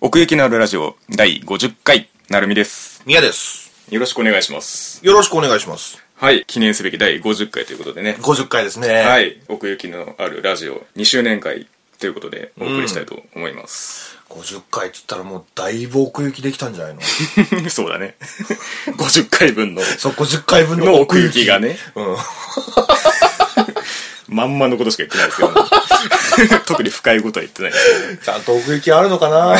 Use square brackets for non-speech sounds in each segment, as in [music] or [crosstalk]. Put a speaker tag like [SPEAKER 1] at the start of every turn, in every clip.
[SPEAKER 1] 奥行きのあるラジオ第50回、なるみです。
[SPEAKER 2] 宮です。
[SPEAKER 1] よろしくお願いします。
[SPEAKER 2] よろしくお願いします。
[SPEAKER 1] はい、記念すべき第50回ということでね。
[SPEAKER 2] 50回ですね。。
[SPEAKER 1] はいい、奥行きのあるラジオ2周年会ということでお送りしたいと思います。
[SPEAKER 2] 50回って言ったらもうだいぶ奥行きできたんじゃないの [laughs]
[SPEAKER 1] [laughs] そうだね。50回分の、
[SPEAKER 2] そう、50回分の
[SPEAKER 1] の奥行きが。ね、
[SPEAKER 2] うん。
[SPEAKER 1] まんまのことしか言ってないですけども。 [laughs] 特に深いことは言ってないです
[SPEAKER 2] ちゃんと奥行きあるのかな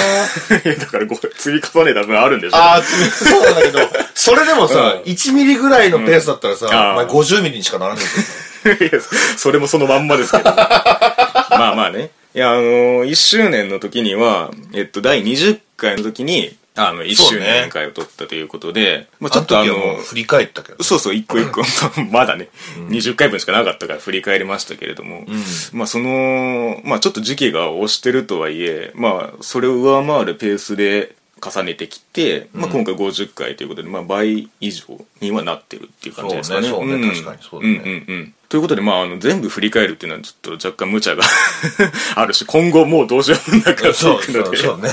[SPEAKER 1] けどね。 [laughs] いやだからご、積み重ねた分あるんでしょ。
[SPEAKER 2] [laughs] ああ、そうなんだけど、それでもさ、
[SPEAKER 1] う
[SPEAKER 2] 1ミリぐらいのペースだったらさ、
[SPEAKER 1] ん
[SPEAKER 2] お前50ミリにしか [laughs] ならないんだよ。
[SPEAKER 1] いやそれもそのまんまですけど。 [laughs] まあまあね。いや、あのー、1周年の時には、えっと、第20回の時に、あの、1周年会を取ったということで、まあちょっとあ
[SPEAKER 2] あの
[SPEAKER 1] の
[SPEAKER 2] 時はもう振り返ったけど。
[SPEAKER 1] そうそう、一個一 [laughs]
[SPEAKER 2] [laughs]
[SPEAKER 1] 個、まだね、20回分しかなかったから振り返りましたけれども、まあその、まあちょっと時期が押してるとはいえ、まあそれを上回るペースで重ねてきて、まあ今回50回ということで、まあ倍以上にはなってるっていう感じですかね。
[SPEAKER 2] そうねそうね
[SPEAKER 1] ん
[SPEAKER 2] 確かにそうだね
[SPEAKER 1] うんうんうん。ということで、まあ、あの、全部振り返るっていうのはちょっと若干無茶が [laughs] あるし、今後もうどうしようもなくなってい
[SPEAKER 2] そう
[SPEAKER 1] く
[SPEAKER 2] そ
[SPEAKER 1] の
[SPEAKER 2] う
[SPEAKER 1] で。
[SPEAKER 2] [laughs] そうね。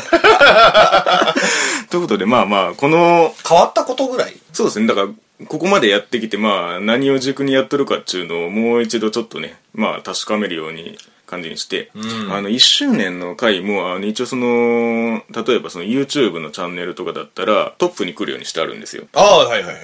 [SPEAKER 1] ということで、まあまあ、この
[SPEAKER 2] 変わったことぐらい
[SPEAKER 1] そうですね。だから、ここまでやってきて、まあ、何を軸にやっとるかっていうのをもう一度ちょっとね、まあ、確かめるように感じにして、あの、1周年の回も、あの、一応その、例えばその YouTube のチャンネルとかだったら、トップに来るようにしてあるんですよ。 [laughs]
[SPEAKER 2] ああ、はいはいはい。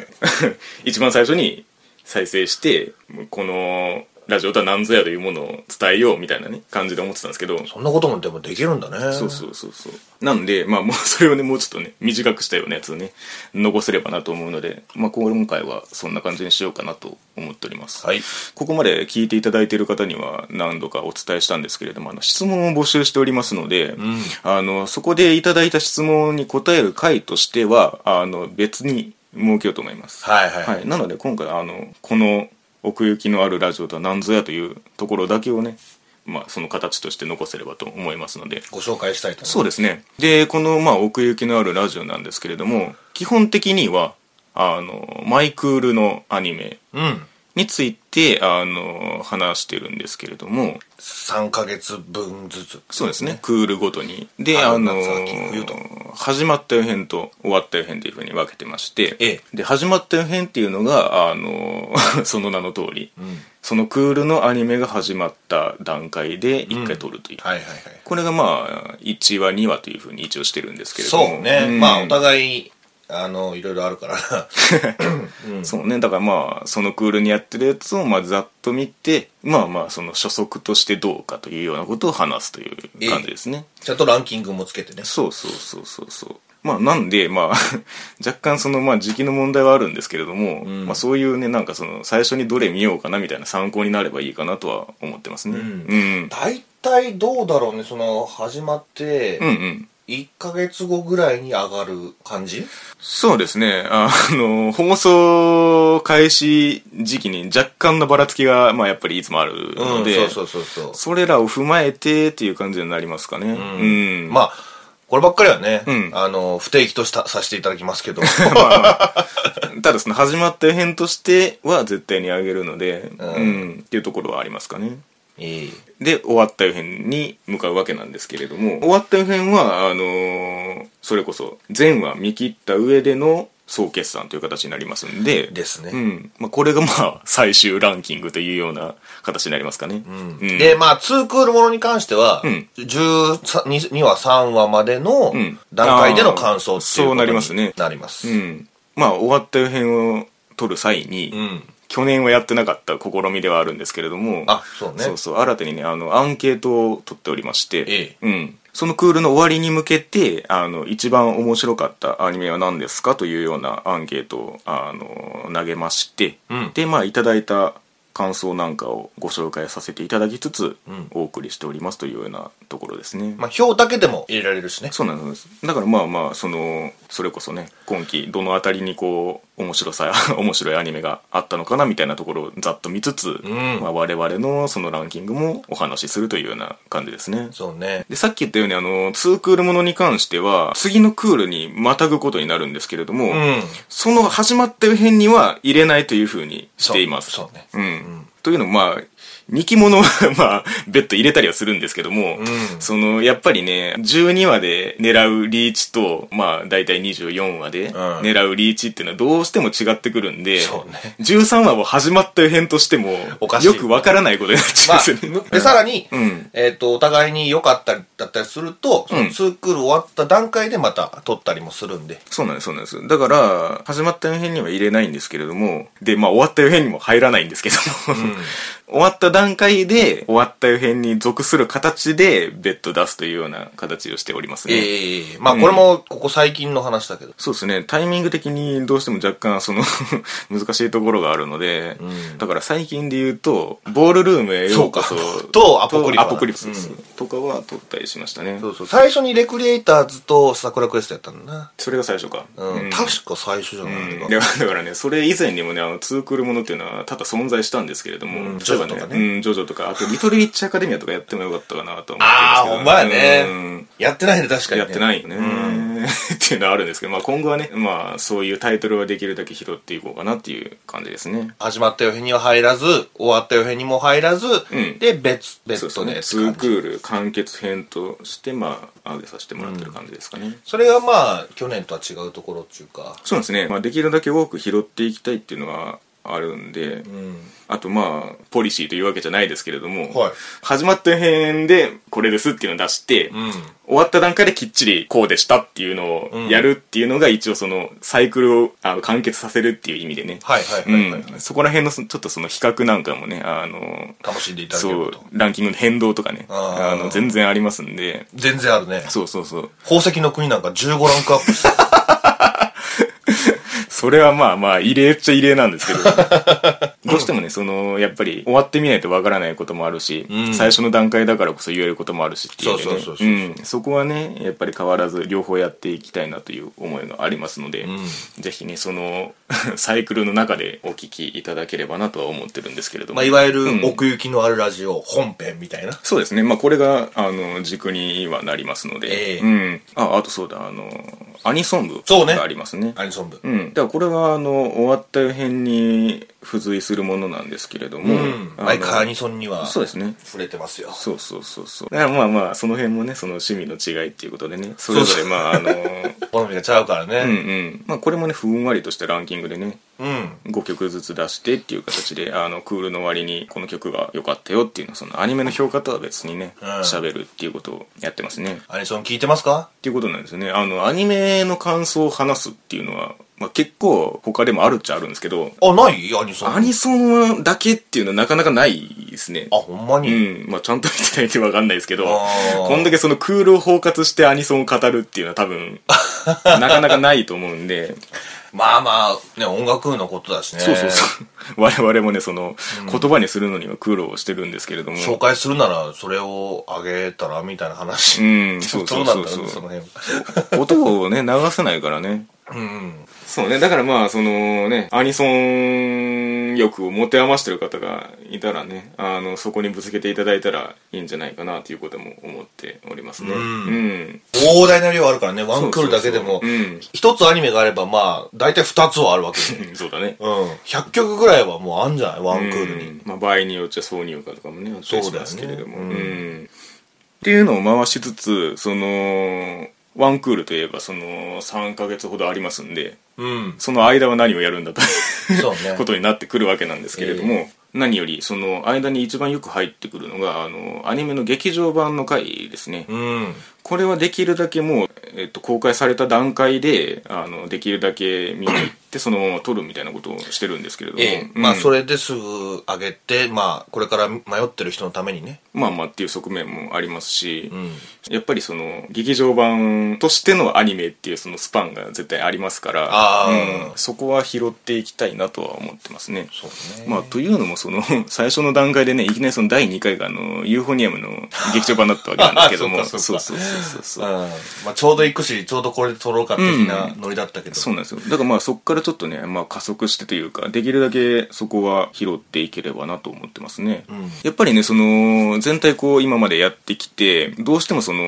[SPEAKER 1] 一番最初に再生して、この、ラジオとは何ぞやというものを伝えようみたいなね、感じで思ってたんですけど、
[SPEAKER 2] そんなこともでもできるんだね。
[SPEAKER 1] そうそうそうそう。なんで、まあもうそれをね、もうちょっとね、短くしたようなやつをね、残せればなと思うので、まあ今回はそんな感じにしようかなと思っております。
[SPEAKER 2] はい。
[SPEAKER 1] ここまで聞いていただいている方には何度かお伝えしたんですけれども、あの質問を募集しておりますので、あの、そこでいただいた質問に答える回としては、あの、別に設けようと思います。
[SPEAKER 2] はいはい
[SPEAKER 1] なので今回、あの、この奥行きのあるラジオとは何ぞやというところだけをね、まあその形として残せればと思いますので、
[SPEAKER 2] ご紹介したいと
[SPEAKER 1] そう
[SPEAKER 2] う
[SPEAKER 1] ですね。で、この、まあ、奥行きのあるラジオなんですけれども、基本的には、あの、マイクールのアニメ
[SPEAKER 2] うん。
[SPEAKER 1] について、あの、話してるんですけれども、
[SPEAKER 2] 3ヶ月分ずつ。
[SPEAKER 1] そうですね、クールごとに。で、あ
[SPEAKER 2] 春
[SPEAKER 1] の
[SPEAKER 2] 夏秋冬と、
[SPEAKER 1] 始まった予編と終わった予編というふうに分けてまして、
[SPEAKER 2] ええ
[SPEAKER 1] で、始まった予編っていうのが、あの、 [laughs] その名の通り、
[SPEAKER 2] ん
[SPEAKER 1] そのクールのアニメが始まった段階で一回撮るという。
[SPEAKER 2] はいはいはい。
[SPEAKER 1] これがまあ、1話、2話というふうに一応してるんですけれども。
[SPEAKER 2] そうね、
[SPEAKER 1] ん
[SPEAKER 2] まあお互いあのいろいろあるから [laughs]
[SPEAKER 1] そうね。だからまあ、そのクールにやってるやつを、まあ、ざっと見て、まあまあ、その初速としてどうかというようなことを話すという感じですね。
[SPEAKER 2] ちゃんとランキングもつけてね
[SPEAKER 1] そうそうそうそうそう。まあ、なんで、まあ、 [laughs] 若干その、まあ、時期の問題はあるんですけれども、まあ、そういうね、なんかその、最初にどれ見ようかなみたいな参考になればいいかなとは思ってますね。うん。うん。
[SPEAKER 2] 大体どうだろうねその始まって
[SPEAKER 1] うんうん。
[SPEAKER 2] 1ヶ月後ぐらいに上がる感じ
[SPEAKER 1] そうですね。あの、放送開始時期に若干のばらつきが、まあやっぱりいつもある
[SPEAKER 2] う
[SPEAKER 1] の
[SPEAKER 2] ん
[SPEAKER 1] で、
[SPEAKER 2] そうそうそうそう
[SPEAKER 1] それらを踏まえてっていう感じになりますかね。うん。
[SPEAKER 2] まあこればっかりはね、
[SPEAKER 1] うん
[SPEAKER 2] あの不定期としたさせていただきますけ [laughs] ど
[SPEAKER 1] まあまあ [laughs] ただその始まった編としては絶対にあげるので、うん
[SPEAKER 2] ん、
[SPEAKER 1] っていうところはありますかね。
[SPEAKER 2] いい
[SPEAKER 1] で、終わった予編に向かうわけなんですけれども、終わった予編は、あのーそれこそ、全話見切った上での総決算という形になりますんで、
[SPEAKER 2] ですね、
[SPEAKER 1] うん。まあ、これがまあ、 [laughs] 最終ランキングというような形になりますかね。う
[SPEAKER 2] うんで、まあ、2クールものに関しては、
[SPEAKER 1] うん
[SPEAKER 2] 13 2, 話、3話までの
[SPEAKER 1] ん
[SPEAKER 2] 段階での感想
[SPEAKER 1] あ
[SPEAKER 2] っていう
[SPEAKER 1] ーそう
[SPEAKER 2] ことに
[SPEAKER 1] なりますね
[SPEAKER 2] なります。
[SPEAKER 1] うん。まあ、終わった予編を取る際に、
[SPEAKER 2] うん
[SPEAKER 1] 去年はやってなかった試みではあるんですけれども、
[SPEAKER 2] あそうね
[SPEAKER 1] そうそう、新たにね、あの、アンケートを取っておりまして、
[SPEAKER 2] ええ
[SPEAKER 1] うん。そのクールの終わりに向けて、あの、一番面白かったアニメは何ですかというようなアンケートを、あの、投げまして、
[SPEAKER 2] うん
[SPEAKER 1] で、まあ、いただいた感想なんかをご紹介させていただきつつ、
[SPEAKER 2] ん
[SPEAKER 1] お送りしておりますというようなところですね。
[SPEAKER 2] まあ、表だけでも入れられるしね。
[SPEAKER 1] そうなんです。だからまあまあ、その、それこそね、今期どのあたりにこう、面白さ、 [laughs] 面白いアニメがあったのかなみたいなところをざっと見つつ、
[SPEAKER 2] ん
[SPEAKER 1] まあ我々のそのランキングもお話しするというような感じですね。
[SPEAKER 2] そうね。
[SPEAKER 1] で、さっき言ったようにあの、ツークールものに関しては、次のクールにまたぐことになるんですけれども、 [laughs]
[SPEAKER 2] うん。
[SPEAKER 1] その始まった編には入れないというふうにしています。
[SPEAKER 2] そうそうね
[SPEAKER 1] うん。というのも、まあ、 2期ものは [laughs] まあ別途入れたりはするんですけども、
[SPEAKER 2] うん
[SPEAKER 1] そのやっぱりね12話で狙うリーチとまあ大体24話で狙うリーチっていうのはどうしても違ってくるんで、
[SPEAKER 2] そうね
[SPEAKER 1] 13話を始まった編としても
[SPEAKER 2] おかしい
[SPEAKER 1] よくわからないことになっちゃ
[SPEAKER 2] ま
[SPEAKER 1] うん
[SPEAKER 2] あ
[SPEAKER 1] ですよね、
[SPEAKER 2] むで、さらに、
[SPEAKER 1] ん
[SPEAKER 2] えっ、と、お互いに良かったりだったりすると、そのツークール終わった段階でまた撮ったりもするんで。
[SPEAKER 1] そうなんです、そうなんです。だから、始まった編には入れないんですけれども、で、まあ終わった編にも入らないんですけども、 [laughs] 終わった段階で、終わった編に属する形で、別途出すというような形をしておりますね。
[SPEAKER 2] ええまあこれもここ最近の話だけど。
[SPEAKER 1] そうですね。タイミング的にどうしても若干、その、 [laughs] 難しいところがあるので、だから最近で言うと、ボールルームへようこそ
[SPEAKER 2] そうかとアポクリパ
[SPEAKER 1] とアポクリプスですとかは撮ったりしましたね。
[SPEAKER 2] そうそう。最初にレクリエイターズと桜クエストやったんだな。
[SPEAKER 1] それが最初か。
[SPEAKER 2] うん。
[SPEAKER 1] うん
[SPEAKER 2] 確か最初じゃない
[SPEAKER 1] うん
[SPEAKER 2] か。
[SPEAKER 1] でだからねそれ以前にもねあのツークールものっていうのは多々存在したんですけれども、
[SPEAKER 2] うん
[SPEAKER 1] 例えば
[SPEAKER 2] ジョジョとか
[SPEAKER 1] うん、ジョジョとかあと「リトル・ウィッチ・アカデミア」とかやってもよかったかなとは思って
[SPEAKER 2] ああ、ほんまや
[SPEAKER 1] ますけど
[SPEAKER 2] ね。やってないね、確
[SPEAKER 1] うん
[SPEAKER 2] かに、
[SPEAKER 1] やって
[SPEAKER 2] い。
[SPEAKER 1] ないよね、 [laughs] っていうのはあるんですけど、まあ、今後はね、まあ、そういうタイトルはできるだけ拾っていこうかなっていう感じですね
[SPEAKER 2] 始まった予編には入らず、終わった予編にも入らず、
[SPEAKER 1] ん
[SPEAKER 2] で、別、
[SPEAKER 1] そ
[SPEAKER 2] 別
[SPEAKER 1] うです
[SPEAKER 2] 途で
[SPEAKER 1] ね
[SPEAKER 2] って感じ。
[SPEAKER 1] ツークール完結編としてまあ上げさせてもらってる感じですかね、
[SPEAKER 2] それがまあ、去年とは違うところっていうか。
[SPEAKER 1] そうですね、まあ、できるだけ多く拾っていきたいっていうのはあるんで、
[SPEAKER 2] うん。
[SPEAKER 1] あとまあポリシーというわけじゃないですけれども、
[SPEAKER 2] はい
[SPEAKER 1] 始まった編でこれですっていうのを出して、
[SPEAKER 2] うん。
[SPEAKER 1] 終わった段階できっちりこうでしたっていうのをやるっていうのが一応そのサイクルをあの完結させるっていう意味でね、
[SPEAKER 2] はいはいはい、はい。
[SPEAKER 1] うん、そこら辺のそのちょっとその比較なんかもねあの
[SPEAKER 2] 楽しんでいただけ
[SPEAKER 1] そ
[SPEAKER 2] る
[SPEAKER 1] う
[SPEAKER 2] と。
[SPEAKER 1] ランキングの変動とかね
[SPEAKER 2] あー
[SPEAKER 1] あの全然ありますんで
[SPEAKER 2] 全然あるね。
[SPEAKER 1] そうそうそう
[SPEAKER 2] 宝石の国なんか15ランクアップしてる
[SPEAKER 1] それはまあまあ異例っちゃ異例なんですけ
[SPEAKER 2] [laughs]
[SPEAKER 1] どどうしてもねそのやっぱり終わってみないとわからないこともあるし、
[SPEAKER 2] うん
[SPEAKER 1] 最初の段階だからこそ言えることもあるしっていうね
[SPEAKER 2] そうそうそうそう
[SPEAKER 1] うんそこはねやっぱり変わらず両方やっていきたいなという思いがありますので、ぜひねその [laughs] サイクルの中でお聞きいただければなとは思ってるんですけれども、
[SPEAKER 2] まあ、いわゆ
[SPEAKER 1] うん
[SPEAKER 2] る奥行きのあるラジオ、本編みたいな。
[SPEAKER 1] そうですね。まあ、これが、あの、軸にはなりますので。
[SPEAKER 2] ええ
[SPEAKER 1] うん。あ、あとそうだ、あの、アニソン部
[SPEAKER 2] そうね
[SPEAKER 1] がありますね。
[SPEAKER 2] アニソン部。
[SPEAKER 1] うん、だからこれはあの終わった編に付随するものなんですけれども、
[SPEAKER 2] うん。
[SPEAKER 1] あの
[SPEAKER 2] 毎回アニソンには
[SPEAKER 1] そうですね
[SPEAKER 2] 触れてますよ。
[SPEAKER 1] そうそうそうそうだからまあまあその辺もねその趣味の違いっていうことでねそれぞれまああの [laughs]
[SPEAKER 2] 好みがちゃうから
[SPEAKER 1] うんう
[SPEAKER 2] ね。
[SPEAKER 1] んまあこれもねふんわりとしたランキングでね
[SPEAKER 2] うん。
[SPEAKER 1] 5曲ずつ出してっていう形であのクールの割にこの曲が良かったよっていうのはそのアニメの評価とは別にね
[SPEAKER 2] うん
[SPEAKER 1] 喋、るっていうことをやってますね
[SPEAKER 2] アニソン聞いてますか
[SPEAKER 1] っていうことなんですよね。あの、アニメの感想を話すっていうのは、まあ、結構他でもあるっちゃあるんですけど、
[SPEAKER 2] あ、ないアニソン。
[SPEAKER 1] アニソンだけっていうのはなかなかないですね
[SPEAKER 2] あ、。ほんま
[SPEAKER 1] う
[SPEAKER 2] に。
[SPEAKER 1] ん。まあ、ちゃんと見てないとわかんないですけど、
[SPEAKER 2] あー
[SPEAKER 1] こんだけそのクールを包括してアニソンを語るっていうのは多 [laughs] 分、なかなかないと思うんで、
[SPEAKER 2] まあまあ、ね、音楽のことだしね。
[SPEAKER 1] そうそうそう。 [laughs] 我々もね、その、言葉にするのには苦労をしてるんですけれども。
[SPEAKER 2] 紹介するなら、それをあげたら、みたいな話。
[SPEAKER 1] うん、そう
[SPEAKER 2] ど
[SPEAKER 1] そうう
[SPEAKER 2] な
[SPEAKER 1] そ
[SPEAKER 2] ん
[SPEAKER 1] う
[SPEAKER 2] だろ
[SPEAKER 1] そ。
[SPEAKER 2] うね、そうの辺。
[SPEAKER 1] 音をね、流せないからね。
[SPEAKER 2] うん。
[SPEAKER 1] そうね、だからまあ、そのね、アニソン欲を持て余してる方がいたらね、あの、そこにぶつけていただいたらいいんじゃないかなということも思っておりますね。
[SPEAKER 2] ん
[SPEAKER 1] うん。
[SPEAKER 2] 膨大な量あるからね、ワンクールだけでも
[SPEAKER 1] そうそうそううん。 [laughs]
[SPEAKER 2] 一つアニメがあれば、まあ、大体二つはあるわけで。
[SPEAKER 1] うんそうだね。
[SPEAKER 2] うん。100曲ぐらいはもうあんじゃないワンクール
[SPEAKER 1] う
[SPEAKER 2] に。
[SPEAKER 1] んまあ、場合によっちゃ挿入歌とかもね、あったりしますけれども。
[SPEAKER 2] そううんだよね
[SPEAKER 1] っていうのを回しつつ、その、ワンクールといえばその3ヶ月ほどありますんで、
[SPEAKER 2] うん。
[SPEAKER 1] その間は何をやるんだと。 [laughs]
[SPEAKER 2] そう
[SPEAKER 1] こ
[SPEAKER 2] ね。
[SPEAKER 1] とになってくるわけなんですけれども、何よりその間に一番よく入ってくるのがあのアニメの劇場版の回ですね、
[SPEAKER 2] うん。
[SPEAKER 1] これはできるだけもう、えっと、公開された段階であのできるだけ見に行
[SPEAKER 2] [coughs]
[SPEAKER 1] ってそのまま撮るみたいなことをしてるんですけれども、
[SPEAKER 2] ええ。まあ、そ
[SPEAKER 1] れ
[SPEAKER 2] れですぐ上げて、まあ、これから迷ってる人のためにね。
[SPEAKER 1] まあまあっていう側面もありますし、
[SPEAKER 2] うん。
[SPEAKER 1] やっぱりその劇場版としてのアニメっていうそのスパンが絶対ありますから
[SPEAKER 2] あー
[SPEAKER 1] うんそこは拾っていきたいなとは思ってますね
[SPEAKER 2] そうね。
[SPEAKER 1] まあ、というのもその [laughs] 最初の段階でねいきなりその第2回があのユーフォニアムの劇場版だったわけなんですけども
[SPEAKER 2] [laughs] あそうかそうか
[SPEAKER 1] そうそうそうそう
[SPEAKER 2] うんまあ、ちょうど行くし、ちょうどこれで撮ろうか的なノリだったけど。
[SPEAKER 1] そうなんですよだからまあそこからちょっとね、まあ、加速してというかできるだけそこは拾っていければなと思ってますね、
[SPEAKER 2] ん
[SPEAKER 1] やっぱりねその全体こう今までやってきてどうしてもその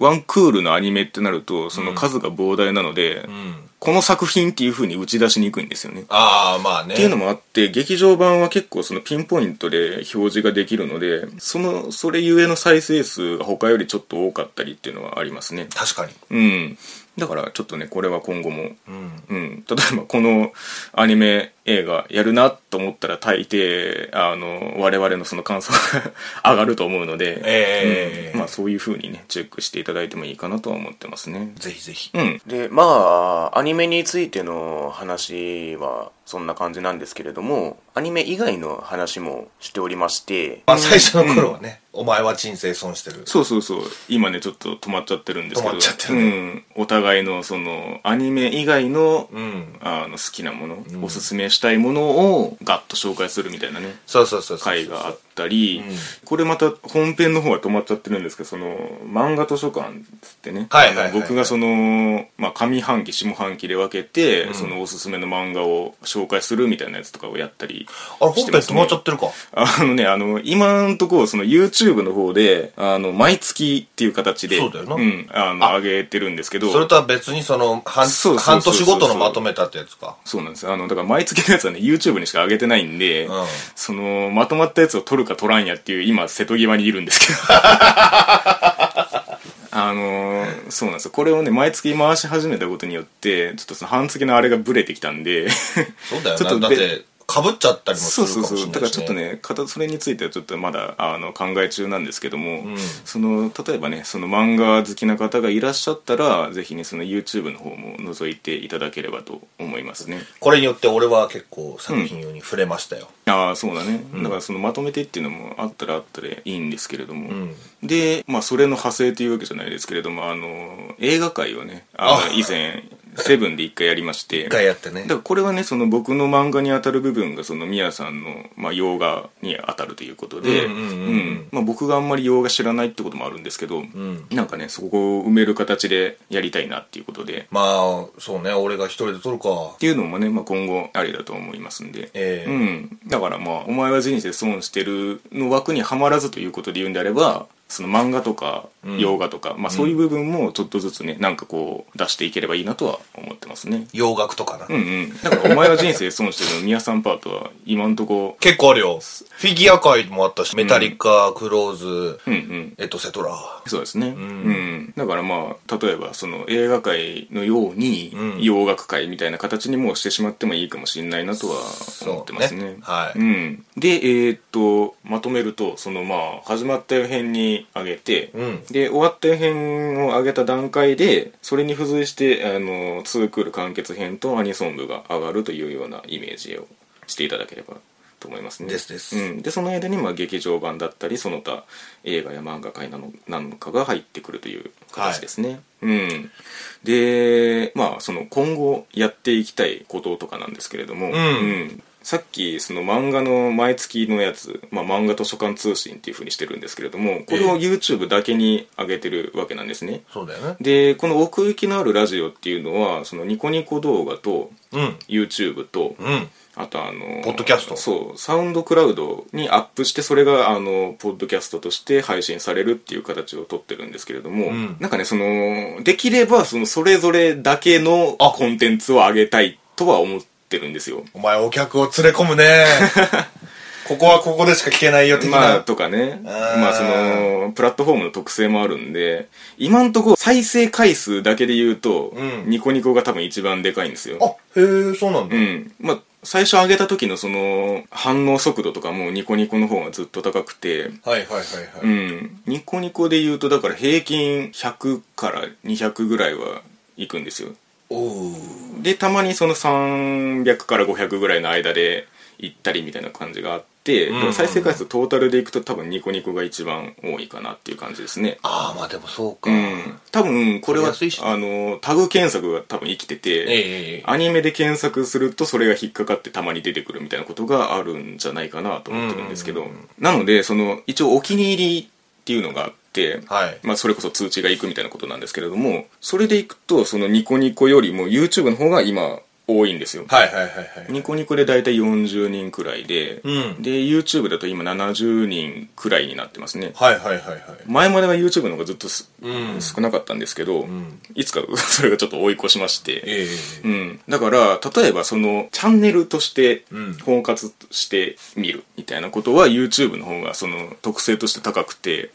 [SPEAKER 1] ワンクールのアニメってなるとその数が膨大なので、
[SPEAKER 2] うん。
[SPEAKER 1] この作品っていう風に打ち出しにくいんですよね。っ
[SPEAKER 2] ああ、まあね。
[SPEAKER 1] ていうのもあって、劇場版は結構そのピンポイントで表示ができるので、その、それゆえの再生数が他よりちょっと多かったりっていうのはありますね。
[SPEAKER 2] 確かに。
[SPEAKER 1] うん。だからちょっとね、これは今後も
[SPEAKER 2] うん。
[SPEAKER 1] うん、例えばこのアニメ映画やるなと思ったら大抵あの我々のその感想が [laughs] 上がると思うので、
[SPEAKER 2] ええ
[SPEAKER 1] うんまあ、そういうふうにねチェックしていただいてもいいかなとは思ってますね。
[SPEAKER 2] ぜひぜひ。
[SPEAKER 1] うん、
[SPEAKER 3] でまあアニメについての話はそんな感じなんですけれどもアニメ以外の話もしておりまして
[SPEAKER 2] まあ最初の頃はね、お前は人生損してる。
[SPEAKER 1] そうそうそう今ねちょっと止まっちゃってるんですけど
[SPEAKER 2] 止まっちゃってる
[SPEAKER 1] うん、お互いのそのアニメ以外の,、
[SPEAKER 2] うん。
[SPEAKER 1] あの好きなもの、おすすめしたいものをガッと紹介するみたいなね
[SPEAKER 2] そうそうそうそう。
[SPEAKER 1] 回があったり、
[SPEAKER 2] うん
[SPEAKER 1] これまた本編の方は止まっちゃってるんですけどその漫画図書館っつってね、
[SPEAKER 2] はいはいはいはい
[SPEAKER 1] あの僕がその、まあ、上半期下半期で分けて、
[SPEAKER 2] ん
[SPEAKER 1] そのおすすめの漫画を紹介するみたいなやつとかをやったり
[SPEAKER 2] あれ、本編止まっちゃってるか。
[SPEAKER 1] あのねあの今んとこその YouTube の方であの毎月っていう形で、
[SPEAKER 2] そうだよなん
[SPEAKER 1] あの
[SPEAKER 2] あ
[SPEAKER 1] 上げてるんですけど
[SPEAKER 2] それとは別にその半
[SPEAKER 1] そうそうそう
[SPEAKER 2] 半
[SPEAKER 1] そう
[SPEAKER 2] 年ごとのまとめたってやつか。
[SPEAKER 1] そうなんですよあのだから毎月のやつはね YouTube にしか上げてないんで、
[SPEAKER 2] うん。
[SPEAKER 1] そのまとまったやつを取るか取らんやっていう今瀬戸際にいるんですけ
[SPEAKER 2] [laughs]
[SPEAKER 1] どあのーそうなんですよこれをね毎月回し始めたことによってちょっとその半月のあれがブレてきたんで
[SPEAKER 2] そうだよ
[SPEAKER 1] ちょっと
[SPEAKER 2] な。だっ
[SPEAKER 1] べ
[SPEAKER 2] て、かぶっちゃったりもす
[SPEAKER 1] そ
[SPEAKER 2] る
[SPEAKER 1] う
[SPEAKER 2] か
[SPEAKER 1] そう
[SPEAKER 2] も
[SPEAKER 1] そ
[SPEAKER 2] しれないうし、ね。
[SPEAKER 1] だからちょっとねかたそれについてはちょっとまだあの考え中なんですけども、
[SPEAKER 2] ん
[SPEAKER 1] その例えばねその漫画好きな方がいらっしゃったらぜひねその YouTube の方も覗いていただければと思いますね
[SPEAKER 2] これによって俺は結構作品用に触れましたよ。
[SPEAKER 1] ああそうだね、だからそのまとめてっていうのもあったらあったでいいんですけれども、
[SPEAKER 2] ん
[SPEAKER 1] で、まあ、それの派生というわけじゃないですけれどもあの映画界をねあ
[SPEAKER 2] あ
[SPEAKER 1] の以前「セブンで一回やりまして
[SPEAKER 2] 一回やってね
[SPEAKER 1] だか。らこれはねその僕の漫画に当たる部分がそのミヤさんの、まあ、洋画に当たるということで
[SPEAKER 2] うんうんうんうん
[SPEAKER 1] うんまあ僕があんまり洋画知らないってこともあるんですけど、
[SPEAKER 2] ん
[SPEAKER 1] なんかねそこを埋める形でやりたいなっていうことで。
[SPEAKER 2] まあ、そうね。俺が一人で撮るか
[SPEAKER 1] っ。ていうのもね、まあ、今後ありだと思いますんで、
[SPEAKER 2] ええ
[SPEAKER 1] うん、だからまあ「お前は人生損してる」の枠にはまらずということで言うんであればその漫画とか
[SPEAKER 2] ん
[SPEAKER 1] 洋画とか、まあ、そういう部分もちょっとずつねなんかこう出していければいいなとは思ってますね。
[SPEAKER 2] 洋楽とかな。
[SPEAKER 1] うんうん、だから「お前は人生損してる」の宮さんパートは今んとこ
[SPEAKER 2] 結構あるよ。フィギュア界もあったし、メタリカ、クローズ、
[SPEAKER 1] うんうん
[SPEAKER 2] エトセトラ。
[SPEAKER 1] そうですね、うんだからまあ例えばその映画界のように
[SPEAKER 2] うん
[SPEAKER 1] 洋楽界みたいな形にもうしてしまってもいいかもしれないなとは思ってますね
[SPEAKER 2] そうねはい
[SPEAKER 1] うん、でえーっとまとめるとそのまあ始まったよ編に上げて、
[SPEAKER 2] うん
[SPEAKER 1] で終わったよ編を上げた段階でそれに付随してあの2クール完結編とアニソン部が上がるというようなイメージをしていただければと思いますね
[SPEAKER 2] ですです
[SPEAKER 1] うん、でその間にまあ劇場版だったりその他映画や漫画界なのなんかが入ってくるという形ですね、うんでまあその今後やっていきたいこととかなんですけれども、
[SPEAKER 2] ん
[SPEAKER 1] うんさっきその漫画の毎月のやつ、まあ、漫画図書館通信っていうふうにしてるんですけれどもこれを YouTube だけに上げてるわけなんですね、
[SPEAKER 2] そうだよね。
[SPEAKER 1] でこの奥行きのあるラジオっていうのはそのニコニコ動画と
[SPEAKER 2] うん。
[SPEAKER 1] YouTube と、
[SPEAKER 2] うん。
[SPEAKER 1] あとあの
[SPEAKER 2] ポッドキャスト
[SPEAKER 1] そうサウンドクラウドにアップしてそれがあのポッドキャストとして配信されるっていう形をとってるんですけれども、
[SPEAKER 2] ん
[SPEAKER 1] なんかねそのできればそのそれぞれだけの
[SPEAKER 2] あ
[SPEAKER 1] コンテンツを上げたいとは思ってるんですよ
[SPEAKER 2] お前お客を連れ込む
[SPEAKER 1] [laughs]
[SPEAKER 2] ね。ここはここでしか聞けないよ的な。
[SPEAKER 1] まあとかね
[SPEAKER 2] あー
[SPEAKER 1] まあそのプラットフォームの特性もあるんで今んとこ再生回数だけで言うと、
[SPEAKER 2] うん
[SPEAKER 1] ニコニコが多分一番でかいんですよ
[SPEAKER 2] あ、へえ、そうなんだ。
[SPEAKER 1] うん。まあ、最初上げた時のその反応速度とかもニコニコの方がずっと高くて、
[SPEAKER 2] はいはいはいはい。
[SPEAKER 1] うん。ニコニコで言うと、だから平均100から200ぐらいは行くんですよ。
[SPEAKER 2] おう
[SPEAKER 1] で、たまにその300から500ぐらいの間で行ったりみたいな感じがあって、
[SPEAKER 2] ん
[SPEAKER 1] だから再生回数トータルでいくと多分ニコニコが一番多いかなっていう感じですね。
[SPEAKER 2] ああ、まあでもそうか。
[SPEAKER 1] う
[SPEAKER 2] え
[SPEAKER 1] ん。多分、これは、
[SPEAKER 2] 取りやすいしね
[SPEAKER 1] あの、タグ検索が多分生きてて、
[SPEAKER 2] えええ
[SPEAKER 1] アニメで検索するとそれが引っかかってたまに出てくるみたいなことがあるんじゃないかなと思ってるんですけど、なのでその一応お気に入りっていうのがあって、
[SPEAKER 2] はい。
[SPEAKER 1] まあ、それこそ通知がいくみたいなことなんですけれどもそれでいくとそのニコニコよりも YouTube の方が今多いんですよ、
[SPEAKER 2] はいはいはいはい。
[SPEAKER 1] ニコニコで大体40人くらいで、
[SPEAKER 2] うん
[SPEAKER 1] で YouTube だと今70人くらいになってますね
[SPEAKER 2] はいはいはいはい。
[SPEAKER 1] 前までは YouTube の方がずっとす、
[SPEAKER 2] うん
[SPEAKER 1] 少なかったんですけど、いつか [laughs] それがちょっと追い越しまして、
[SPEAKER 2] ええ
[SPEAKER 1] うん、だから例えばそのチャンネルとして
[SPEAKER 2] うん
[SPEAKER 1] 包括して見るみたいなことは YouTube の方がその特性として高くて、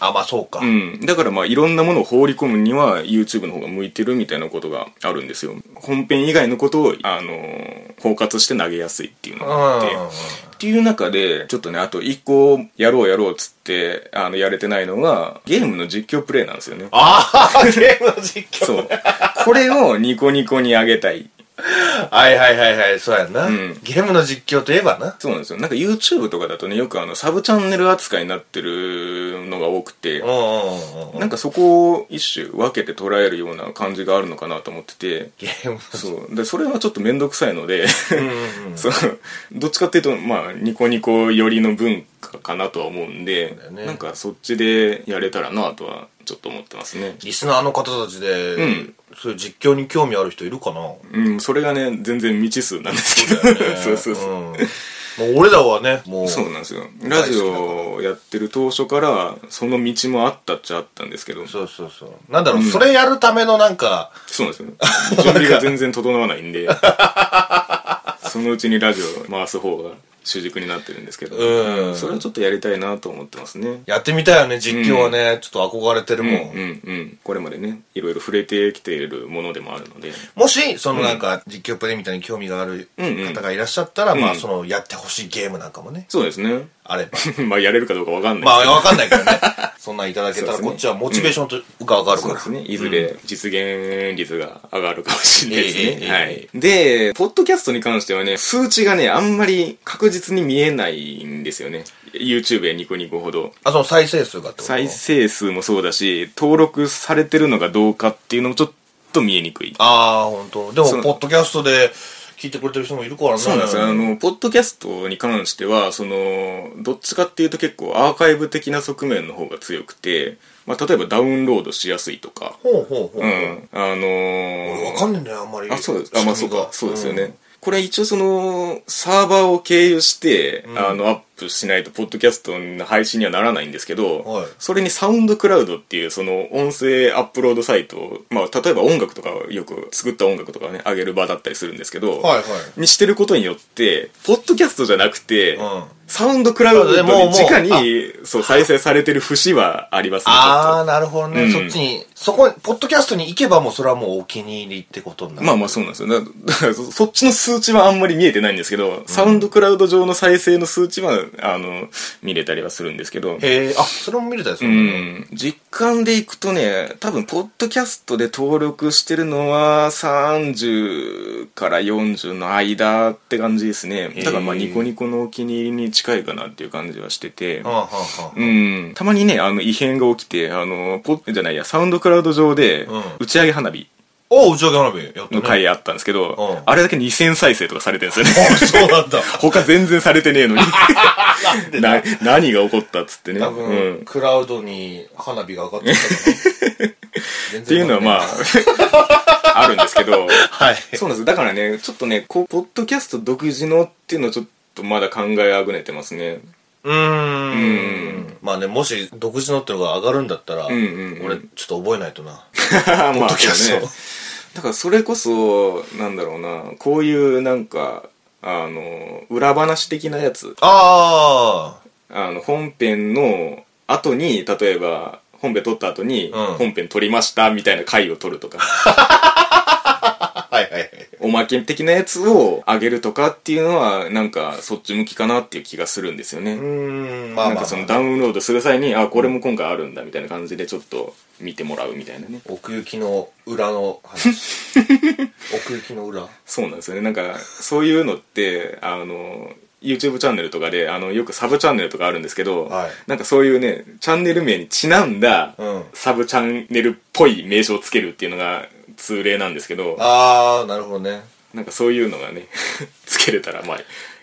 [SPEAKER 2] あ、まあそうか。
[SPEAKER 1] うん、だからまあいろんなものを放り込むには YouTube の方が向いてるみたいなことがあるんですよ本編以外のことを、あのー包括して投げやすいっていうのがあってっていう中でちょっとねあと一個やろうやろうっつってあのやれてないのがゲームの実況プレイなんですよね
[SPEAKER 2] ああ、ゲームの実況。
[SPEAKER 1] そうこれをニコニコにあげたい
[SPEAKER 2] はいはいはいはい、そうやな。
[SPEAKER 1] ん
[SPEAKER 2] ゲームの実況といえばな。
[SPEAKER 1] そうなんですよなんか YouTube とかだとねよくあのサブチャンネル扱いになってるのが多くて
[SPEAKER 2] うんうんうんうん。
[SPEAKER 1] なんかそこを一種分けて捉えるような感じがあるのかなと思ってて
[SPEAKER 2] ゲームの
[SPEAKER 1] そうでそれはちょっと面倒くさいので [laughs] そうどっちかっていうと、まあ、ニコニコ寄りの文化かなとは思うんで
[SPEAKER 2] だよ、ね
[SPEAKER 1] なんかそっちでやれたらなとはちょっと思ってますね、
[SPEAKER 2] リスナーの方たちで、
[SPEAKER 1] ん
[SPEAKER 2] そういう実況に興味ある人いるかな、
[SPEAKER 1] うん、それがね全然未知数なんですけど [laughs] そうそうそう、
[SPEAKER 2] うんもう俺らはね、もう。
[SPEAKER 1] そうなんですよラジオをやってる当初からその道もあったっちゃあったんですけどそ
[SPEAKER 2] そうそうそう。なんだろう、それやるためのなんか、
[SPEAKER 1] うなんですよ準備が全然整わないん [laughs] でそのうちにラジオ回す方が主軸になってるんですけど、
[SPEAKER 2] うん
[SPEAKER 1] それはちょっとやりたいなと思ってますね
[SPEAKER 2] やってみたいよね、実況はね、ちょっと憧れてるもん。
[SPEAKER 1] うんうん、これまでねいろいろ触れてきているものでもあるので
[SPEAKER 2] もし、そのなんか、実況プレイみたいに興味がある
[SPEAKER 1] うんうん
[SPEAKER 2] 方がいらっしゃったら、まあ、
[SPEAKER 1] うん
[SPEAKER 2] その、やってほしいゲームなんかもね、
[SPEAKER 1] そうですね [laughs]
[SPEAKER 2] あれば。
[SPEAKER 1] まあやれるかどうかわかん
[SPEAKER 2] ま
[SPEAKER 1] ない
[SPEAKER 2] あ、わかんない
[SPEAKER 1] [laughs]
[SPEAKER 2] けどね。そんなんいただけた
[SPEAKER 1] そ
[SPEAKER 2] ら、
[SPEAKER 1] うですね
[SPEAKER 2] こっちはモチベーションとが上がる
[SPEAKER 1] そ
[SPEAKER 2] か
[SPEAKER 1] う
[SPEAKER 2] ら。
[SPEAKER 1] ですねいずれ実現率が上がるかもしれないですね、
[SPEAKER 2] えええええ
[SPEAKER 1] はい、でポッドキャストに関してはね数値がねあんまり確実に見えないんですよね YouTube やニコニコほど
[SPEAKER 2] あ、その再生数がってこと
[SPEAKER 1] 再生数もそうだし登録されてるのがどうかっていうのもちょっと見えにくい
[SPEAKER 2] ああ、本当。でも
[SPEAKER 1] その、
[SPEAKER 2] ポッドキャストで聞いてくれてる人もいるからね。
[SPEAKER 1] そうなんですよ。あの、ポッドキャストに関しては、その、どっちかっていうと結構アーカイブ的な側面の方が強くて、まあ、例えばダウンロードしやすいとか、
[SPEAKER 2] ほうほ
[SPEAKER 1] う
[SPEAKER 2] うほう。わ、
[SPEAKER 1] ん、あのー
[SPEAKER 2] かんねえんだよ、あんまり。
[SPEAKER 1] あ、そうです。あ、まあ、そうか。そうですよね。
[SPEAKER 2] ん。
[SPEAKER 1] これ一応その、サーバーを経由して、あの、アップしないと、ポッドキャストの配信にはならないんですけど、
[SPEAKER 2] はい
[SPEAKER 1] それにサウンドクラウドっていう、その、音声アップロードサイトを、まあ、例えば音楽とか、よく作った音楽とかね、上げる場だったりするんですけど、
[SPEAKER 2] はいはい。
[SPEAKER 1] にしてることによって、ポッドキャストじゃなくて、
[SPEAKER 2] うん
[SPEAKER 1] サウンドクラウド
[SPEAKER 2] で
[SPEAKER 1] に
[SPEAKER 2] もうもう
[SPEAKER 1] 直にそう再生されてる節はありますね。
[SPEAKER 2] ああ、なるほどね、
[SPEAKER 1] うん
[SPEAKER 2] そっちに、そこ、ポッドキャストに行けばもうそれはもうお気に入りってことに
[SPEAKER 1] ち
[SPEAKER 2] な
[SPEAKER 1] ょっと
[SPEAKER 2] る。
[SPEAKER 1] まあまあそうなんですよ。だ [laughs] だからそそっちの数値はあんまり見えてないんですけど、サウンドクラウド上の再生の数値は、あの、見れたりはするんですけど、
[SPEAKER 2] へえ、あ、それも見れたやつ、
[SPEAKER 1] うん、実感でいくとね、多分、ポッドキャストで登録してるのは、30から40の間って感じですね。だから、まあ、
[SPEAKER 2] へー
[SPEAKER 1] ニコニコのお気に入りに近いかなっていう感じはしてて。
[SPEAKER 2] はあはあはあ
[SPEAKER 1] うん、たまにね、あの、異変が起きて、あの、ポッ、じゃないや、サウンドクラウド上で
[SPEAKER 2] うん、
[SPEAKER 1] 打ち上げ花火
[SPEAKER 2] おう、打ち上げ花火やったね。
[SPEAKER 1] の回あったんですけど、
[SPEAKER 2] うん
[SPEAKER 1] あれだけ2000再生とかされてるんですよ [laughs]
[SPEAKER 2] あ
[SPEAKER 1] ね。
[SPEAKER 2] そうなんだ。
[SPEAKER 1] 他全然されてねえのに。な何が起こったっつってね。
[SPEAKER 2] 多
[SPEAKER 1] う
[SPEAKER 2] 分、
[SPEAKER 1] ん。
[SPEAKER 2] クラウドに花火が上がってたから。っ
[SPEAKER 1] [laughs] っていうのはまあ、あ [laughs] るんですけど、
[SPEAKER 2] はい。
[SPEAKER 1] そうなんです。だからね、ちょっとね、こう、ポッドキャスト独自のっていうのはちょっとまだ考えあぐねてますね。
[SPEAKER 2] うーん。まあね、もし独自のってのが上がるんだったら、
[SPEAKER 1] んうんうん
[SPEAKER 2] 俺ちょっと覚えないとな。
[SPEAKER 1] [laughs] まあ
[SPEAKER 2] ドキャス
[SPEAKER 1] そ
[SPEAKER 2] ト
[SPEAKER 1] うねだからそれこそなんだろうなこういうなんかあの裏話的なやつ
[SPEAKER 2] あ
[SPEAKER 1] あの本編の後に例えば本編撮った後に、
[SPEAKER 2] ん
[SPEAKER 1] 本編撮りましたみたいな回を撮るとか [laughs]
[SPEAKER 2] あはいはいはい。
[SPEAKER 1] おまけ的なやつをあげるとかっていうのはなんかそっち向きかなっていう気がするんですよね、
[SPEAKER 2] うーん、まあ
[SPEAKER 1] なん
[SPEAKER 2] まあ
[SPEAKER 1] かそのダウンロードする際にあこれも今回あるんだみたいな感じでちょっと見てもらうみたいなね
[SPEAKER 2] 奥行きの裏の
[SPEAKER 1] [laughs]
[SPEAKER 2] 話。奥行きの裏。
[SPEAKER 1] そうなんですよねなんかそういうのってあの YouTube チャンネルとかであのよくサブチャンネルとかあるんですけど、
[SPEAKER 2] はい
[SPEAKER 1] なんかそういうねチャンネル名にちなんだ、
[SPEAKER 2] うん
[SPEAKER 1] サブチャンネルっぽい名称をつけるっていうのが通例なんですけど
[SPEAKER 2] ああ、なるほどね。
[SPEAKER 1] なんかそういうのがね [laughs] つけれたらまあ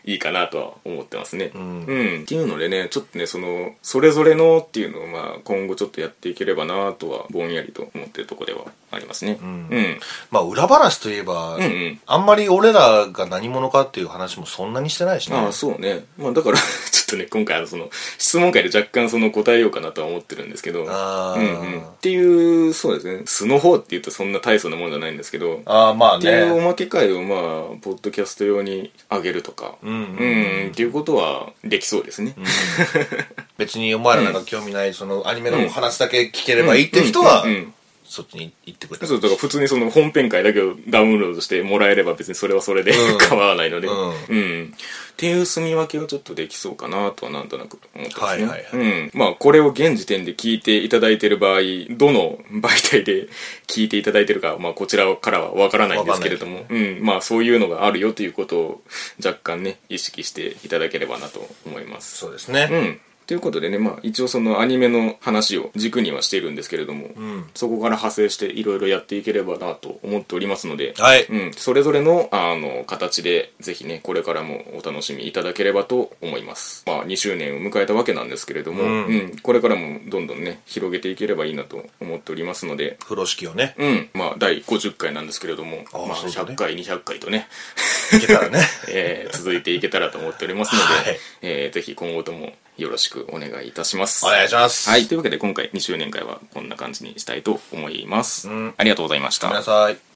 [SPEAKER 1] いいかなとは思ってますね、
[SPEAKER 2] ん
[SPEAKER 1] うんっていうのでねちょっとねそのそれぞれのっていうのをまあ今後ちょっとやっていければなとはぼんやりと思ってるとこではありますね。うんうん。
[SPEAKER 2] まあ裏話といえば、
[SPEAKER 1] んうん
[SPEAKER 2] あんまり俺らが何者かっていう話もそんなにしてないしね
[SPEAKER 1] ああ、そうね。まあだから [laughs] 、ちょっとね、今回あのその、質問会で若干その答えようかなとは思ってるんですけど、
[SPEAKER 2] あー
[SPEAKER 1] うんうん。っていう、そうですね、素の方って言うとそんな大層なもんじゃないんですけど、
[SPEAKER 2] ああまあ
[SPEAKER 1] っていうお
[SPEAKER 2] ね
[SPEAKER 1] まけ会をまあ、ポッドキャスト用に上げるとか、
[SPEAKER 2] んうんうん
[SPEAKER 1] うんっていうことはできそうですね。
[SPEAKER 2] 別にお前らなんか興味ないそのアニメのお話だけ聞ければいいって人は、
[SPEAKER 1] うんうん
[SPEAKER 2] そっちに行ってくれた
[SPEAKER 1] そう、だから普通にその本編会だけをダウンロードしてもらえれば別にそれはそれで、
[SPEAKER 2] うん
[SPEAKER 1] [laughs] 構わないので、
[SPEAKER 2] うん
[SPEAKER 1] っていう住み分けはちょっとできそうかなとはなんとなく思ってますね。
[SPEAKER 2] はいはいは
[SPEAKER 1] うん。まあこれを現時点で聞いていただいている場合、どの媒体で聞いていただいているか、まあこちらからはわからないんですけれども、うん。まあそういうのがあるよということを若干ね、意識していただければなと思います。
[SPEAKER 2] そうですね、
[SPEAKER 1] うん。ということでね、まあ一応そのアニメの話を軸にはしているんですけれども、
[SPEAKER 2] ん
[SPEAKER 1] そこから派生していろいろやっていければなと思っておりますので、
[SPEAKER 2] はい、
[SPEAKER 1] うん、それぞれのあの形でぜひねこれからもお楽しみいただければと思います、まあ、2周年を迎えたわけなんですけれども、
[SPEAKER 2] うん
[SPEAKER 1] うんこれからもどんどんね広げていければいいなと思っておりますので
[SPEAKER 2] 風呂敷をね
[SPEAKER 1] うんまあ第50回なんですけれども
[SPEAKER 2] あー
[SPEAKER 1] まあ、
[SPEAKER 2] そうだね
[SPEAKER 1] 100回200回とね、
[SPEAKER 2] いけた
[SPEAKER 1] [laughs]
[SPEAKER 2] らね
[SPEAKER 1] え
[SPEAKER 2] [laughs]
[SPEAKER 1] ー続いていけたらと思っておりますので、
[SPEAKER 2] はい
[SPEAKER 1] えーぜひ今後ともよろしくお願いいたします
[SPEAKER 2] お願いします
[SPEAKER 1] はいというわけで今回2周年会はこんな感じにしたいと思います、
[SPEAKER 2] ん
[SPEAKER 1] ありがとうございました
[SPEAKER 2] ごめんなさい